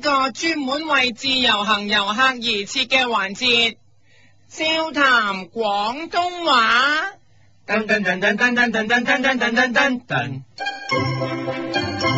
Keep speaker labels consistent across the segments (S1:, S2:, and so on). S1: 個專門為自由行遊客而設嘅環節，笑談廣東話。
S2: 噔噔噔噔噔噔噔噔噔噔噔噔噔，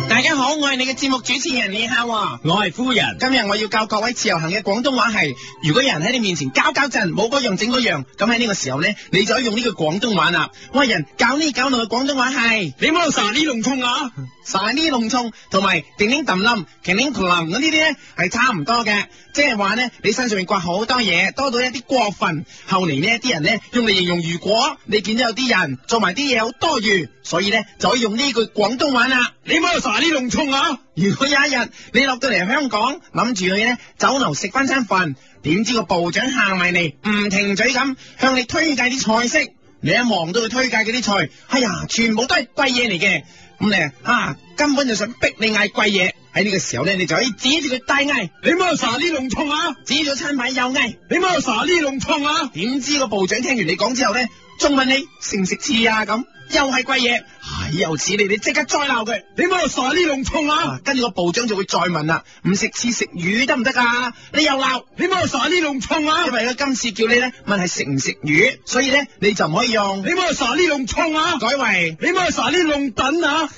S1: 大家好，我係你嘅節目主持人李孝華。
S2: 我係夫人。
S1: 今日我要教各位自由行嘅廣東話係，如果有人喺你面前搞搞震，冇嗰樣整嗰樣，咁喺呢個時候呢，你就可以用呢句廣東話啦。喂，人搞呢搞路嘅廣東話係。
S2: 你冇傻呢籠痛啊！
S1: 晒呢弄衝同埋叮叮揼冧、擎鈴嘭冧嗰啲咧係差唔多嘅，即係話咧你身上面刮好多嘢，多到一啲過分。後嚟呢啲人咧用嚟形容，如果你見到有啲人做埋啲嘢好多餘，所以咧就可以用呢句廣東話啦。
S2: 你冇傻呢籠痛啊！
S1: 如果有一日你落到嚟香港，諗住去咧酒樓食翻餐飯，點知個部長行埋嚟，唔停嘴咁向你推介啲菜式，你一望到佢推介嗰啲菜，哎呀，全部都係貴嘢嚟嘅，咁你啊根本就想逼你嗌貴嘢。喺呢個時候咧，你就可以指住佢大嗌，
S2: 你冇傻呢籠痛啊！
S1: 指咗餐牌又嗌。
S2: 你冇傻呢籠痛啊！
S1: 點知個部長聽完你講之後咧，仲問你食唔食翅啊咁，又係貴嘢，係又似你，你即刻再鬧佢。
S2: 你冇傻呢籠痛啊
S1: 啊！跟住個部長就會再問啦，唔食翅食魚得唔得啊？你又鬧，
S2: 你冇傻呢籠痛啊
S1: 因！為佢今次叫你咧問係食唔食魚，所以咧你就唔可以用
S2: 你冇傻呢籠痛啊！
S1: 改為，
S2: 你冇傻呢籠等啊！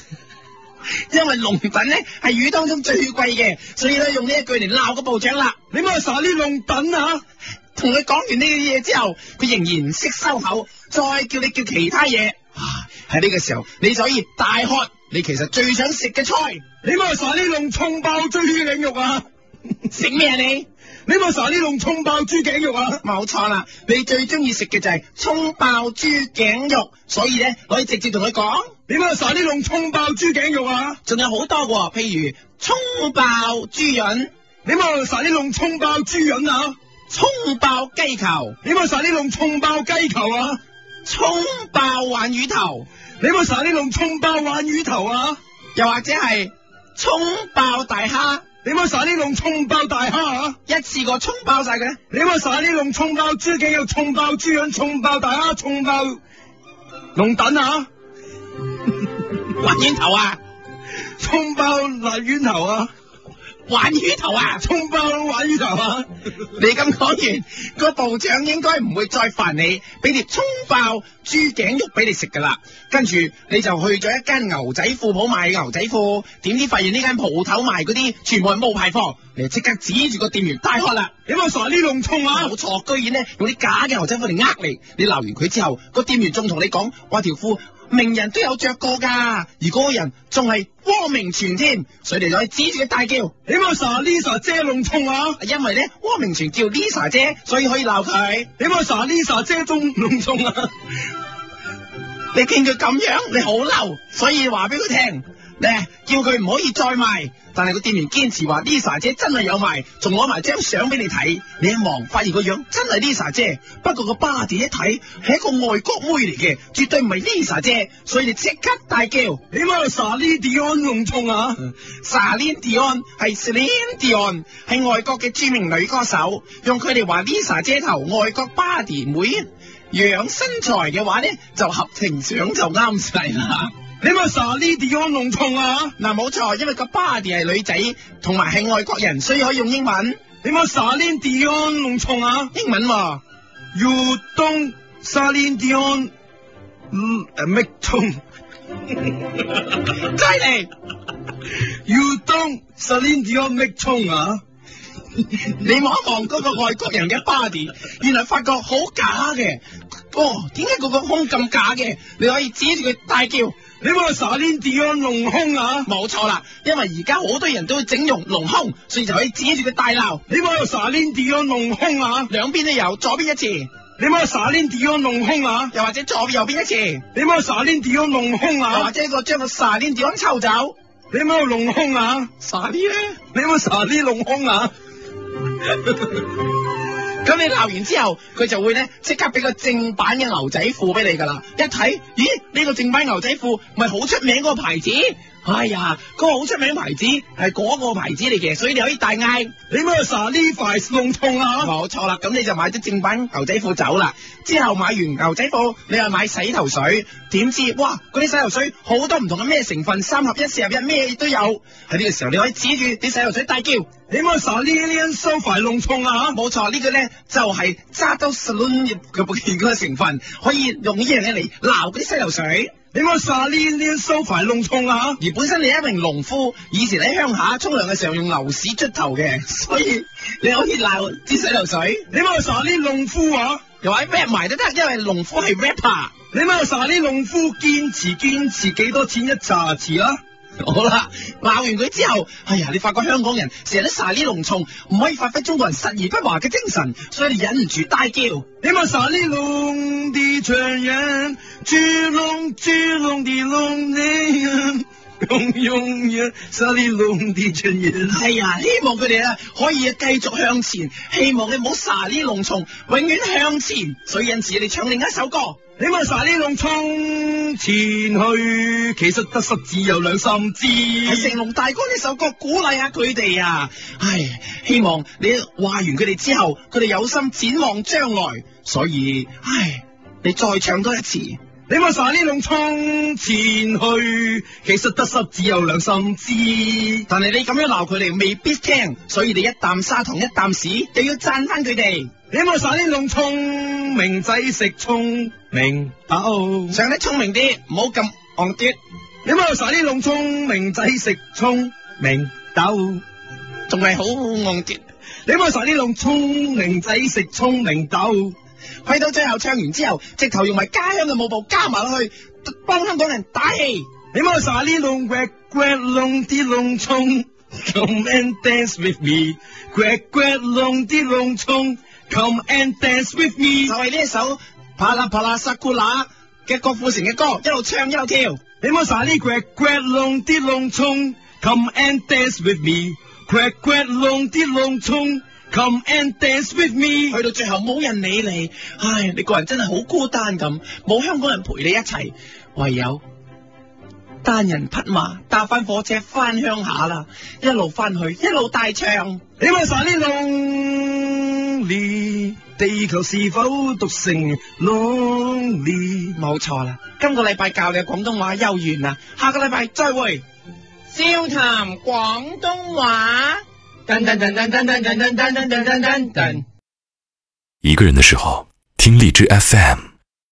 S1: 因為龍躉咧係魚當中最貴嘅，所以咧用呢一句嚟鬧個部長啦。
S2: 你冇傻呢籠等啊！
S1: 同佢講完呢啲嘢之後，佢仍然唔識收口，再叫你叫其他嘢。啊喺呢個時候，你就可以大喝你其實最想食嘅菜，
S2: 你冇傻呢籠痛爆豬頸肉啊！
S1: 食咩啊你？
S2: 你冇傻呢籠痛爆豬頸肉啊！
S1: 冇錯啦，你最中意食嘅就係葱爆豬頸肉，所以咧可以直接同佢講，
S2: 你冇傻呢籠痛爆豬頸肉啊！
S1: 仲有好多嘅喎，譬如葱爆豬潤、
S2: 你冇晒呢籠葱爆豬潤啊！
S1: 葱爆雞球、
S2: 你冇晒呢籠葱爆雞球啊！
S1: 葱爆鯇魚頭，
S2: 你冇晒呢籠葱爆鯇魚頭啊！
S1: 又或者係葱爆大蝦，
S2: 你冇晒呢籠葱爆大蝦啊！
S1: 一次過葱爆晒佢咧。
S2: 你冇晒呢籠葱爆豬頸又葱爆豬潤、葱爆大蝦、葱爆龍 躉啊！
S1: 鯇魚頭 啊，
S2: 葱爆辣丸頭啊！
S1: 鯇魚頭啊！
S2: 葱爆鯇魚頭啊！
S1: 你咁講完，個部長應該唔會再煩你，俾碟葱爆豬頸肉俾你食㗎啦。跟住你就去咗一間牛仔褲鋪賣牛仔褲，點知發現呢間鋪頭賣嗰啲全部係冒牌貨，你就即刻指住個店員大喝啦！
S2: 你冇晒呢籠葱啊！
S1: 冇錯，居然咧用啲假嘅牛仔褲嚟呃你。你鬧完佢之後，個店員仲同你講：話條褲名人都有着過㗎，而嗰個人仲係汪明荃添，所以你就可以指住佢大叫。
S2: 你冇晒 Lisa 姐籠葱啊！
S1: 因為咧，汪明荃叫 Lisa 姐，所以可以鬧佢。
S2: 你冇晒 Lisa 姐中籠葱啊！
S1: 你見佢咁樣，你好嬲，所以話俾佢聽，咧叫佢唔可以再賣。但係個店員堅持話 Lisa 姐真係有賣，仲攞埋張相俾你睇。你一望，發現個樣真係 Lisa 姐，不過個巴字一睇係一個外國妹嚟嘅，絕對唔係 Lisa 姐，所以你即刻大叫。
S2: 你冇晒 Lidion 籠葱啊！
S1: Celine Dion 係 Celine Dion 係外國嘅著名女歌手，用佢哋話 Lisa 姐頭外國 body 妹養身材嘅話咧，就合情相就啱晒啦。
S2: 你咪傻呢啲安弄痛啊！
S1: 嗱，冇錯，因為個 body 係女仔，同埋係外國人，所以可以用英文，
S2: 你咪傻呢啲安弄痛啊
S1: 英文喎、
S2: ！You don't 傻呢啲安嗯誒 make 痛
S1: 犀利。
S2: ，You don't 傻呢啲安 make 痛啊！
S1: 你望一望嗰個外國人嘅 body，原來發覺好假嘅。哦，點解佢個胸咁假嘅？你可以指住佢大叫。
S2: 你咪傻呢啲安弄胸啊！
S1: 冇錯啦，因為而家好多人都會整容隆胸，所以就可以指住佢大鬧，
S2: 你咪傻呢啲安弄胸啊！
S1: 兩邊都有，左邊一次，
S2: 你咪傻呢啲安弄胸啊！
S1: 又或者左邊右邊一次，
S2: 你咪傻呢啲安弄胸
S1: 又或
S2: 啊！
S1: 者個將個沙鏈點樣抽走，
S2: 你咪弄胸啊！
S1: 沙鏈咧。
S2: 你咪傻呢弄胸啊！
S1: 咁你鬧完之後，佢就會咧即刻俾個正版嘅牛仔褲俾你噶啦。一睇，咦？呢、個正版牛仔褲咪好出名嗰個牌子，哎呀，嗰、個好出名牌子係嗰個牌子嚟嘅，所以你可以大嗌。
S2: 你 Mercer 呢塊弄痛啊嚇！
S1: 冇錯啦，咁你就買咗正版牛仔褲走啦。之後買完牛仔褲，你又買洗頭水，點知哇嗰啲洗頭水好多唔同嘅咩成分，三合一、四合一咩都有。喺呢個時候，你可以指住啲洗頭水大叫。
S2: 你 Mercer 呢呢因收塊弄痛啊嚇！
S1: 冇錯，呢個咧就係揸到 saloon 嘅嗰個成分，可以用呢樣嘢嚟鬧嗰啲洗頭水。
S2: 你 Mercer 呢呢因收塊弄痛啊嚇！
S1: 而本身你係一名農夫，以前喺鄉下沖涼嘅時候用牛屎捽頭嘅，所以你可以鬧啲洗頭水，
S2: 你 Mercer 呢弄夫啊！
S1: 又喺 rap 埋都得，因為農夫係 rapper。
S2: 你 Mercer 呢弄夫堅持堅持幾多錢一茶匙啊？
S1: 好啦，鬧完佢之後，哎呀，你發覺香港人成日都撒呢濃重，唔可以發揮中國人實而不華嘅精神，所以你忍唔住大叫。
S2: 你 Mercer 呢弄啲長人，豬弄豬弄啲弄你啊！用用嘢，沙呢弄啲長人。
S1: 哎呀，希望佢哋啊可以繼續向前，希望你唔好撒呢濃重，永遠向前。所以因此你唱另一首歌。
S2: 你 Mercer 呢弄衝前去，其實得失只有兩三支。
S1: 喺成龍大哥呢首歌鼓勵下佢哋啊！唉，希望你話完佢哋之後，佢哋有心展望將來，所以唉，你再唱多一次。
S2: 你 Mercer 呢弄衝前去，其實得失只有兩三支。
S1: 但係你咁樣鬧佢哋未必聽，所以你一啖砂糖一啖屎，就要讚翻佢哋。
S2: 你 Mercer 呢弄聰明仔食聰明豆。
S1: 唱得聰明啲，唔好咁戇嘟。
S2: 你 Mercer 呢弄聰明仔食聰明豆。
S1: 仲係好戇嘟。
S2: 你 Mercer 呢弄聰明仔食聰明豆。
S1: 去到最後唱完之後，直頭用埋家鄉嘅舞步加埋落去，幫香港人打氣。
S2: 你 Mercer 呢弄 grad grad 弄啲弄聰，come and dance with me，grad grad 弄啲弄聰。Come and dance with
S1: 就
S2: me。
S1: 係呢一首啪啦啪啦薩庫拉嘅郭富城嘅歌，一路唱一路跳。
S2: 你冇晒呢 grad grad 弄啲弄葱，Come and dance with me。grad grad 弄啲弄葱，Come and dance with me。
S1: 去到最後冇人理你，唉，你個人真係好孤單咁，冇香港人陪你一齊，唯有單人匹馬搭翻火車翻鄉下啦，一路翻去一路大唱。
S2: 你冇晒呢 lonely，地球是否讀成 lonely？
S1: 冇錯啦，今個禮拜教你嘅廣東話又完啦，下個禮拜再會。笑談廣東話。噔噔噔噔噔噔噔噔噔噔噔噔噔。
S3: 一个人的时候，听荔枝 FM。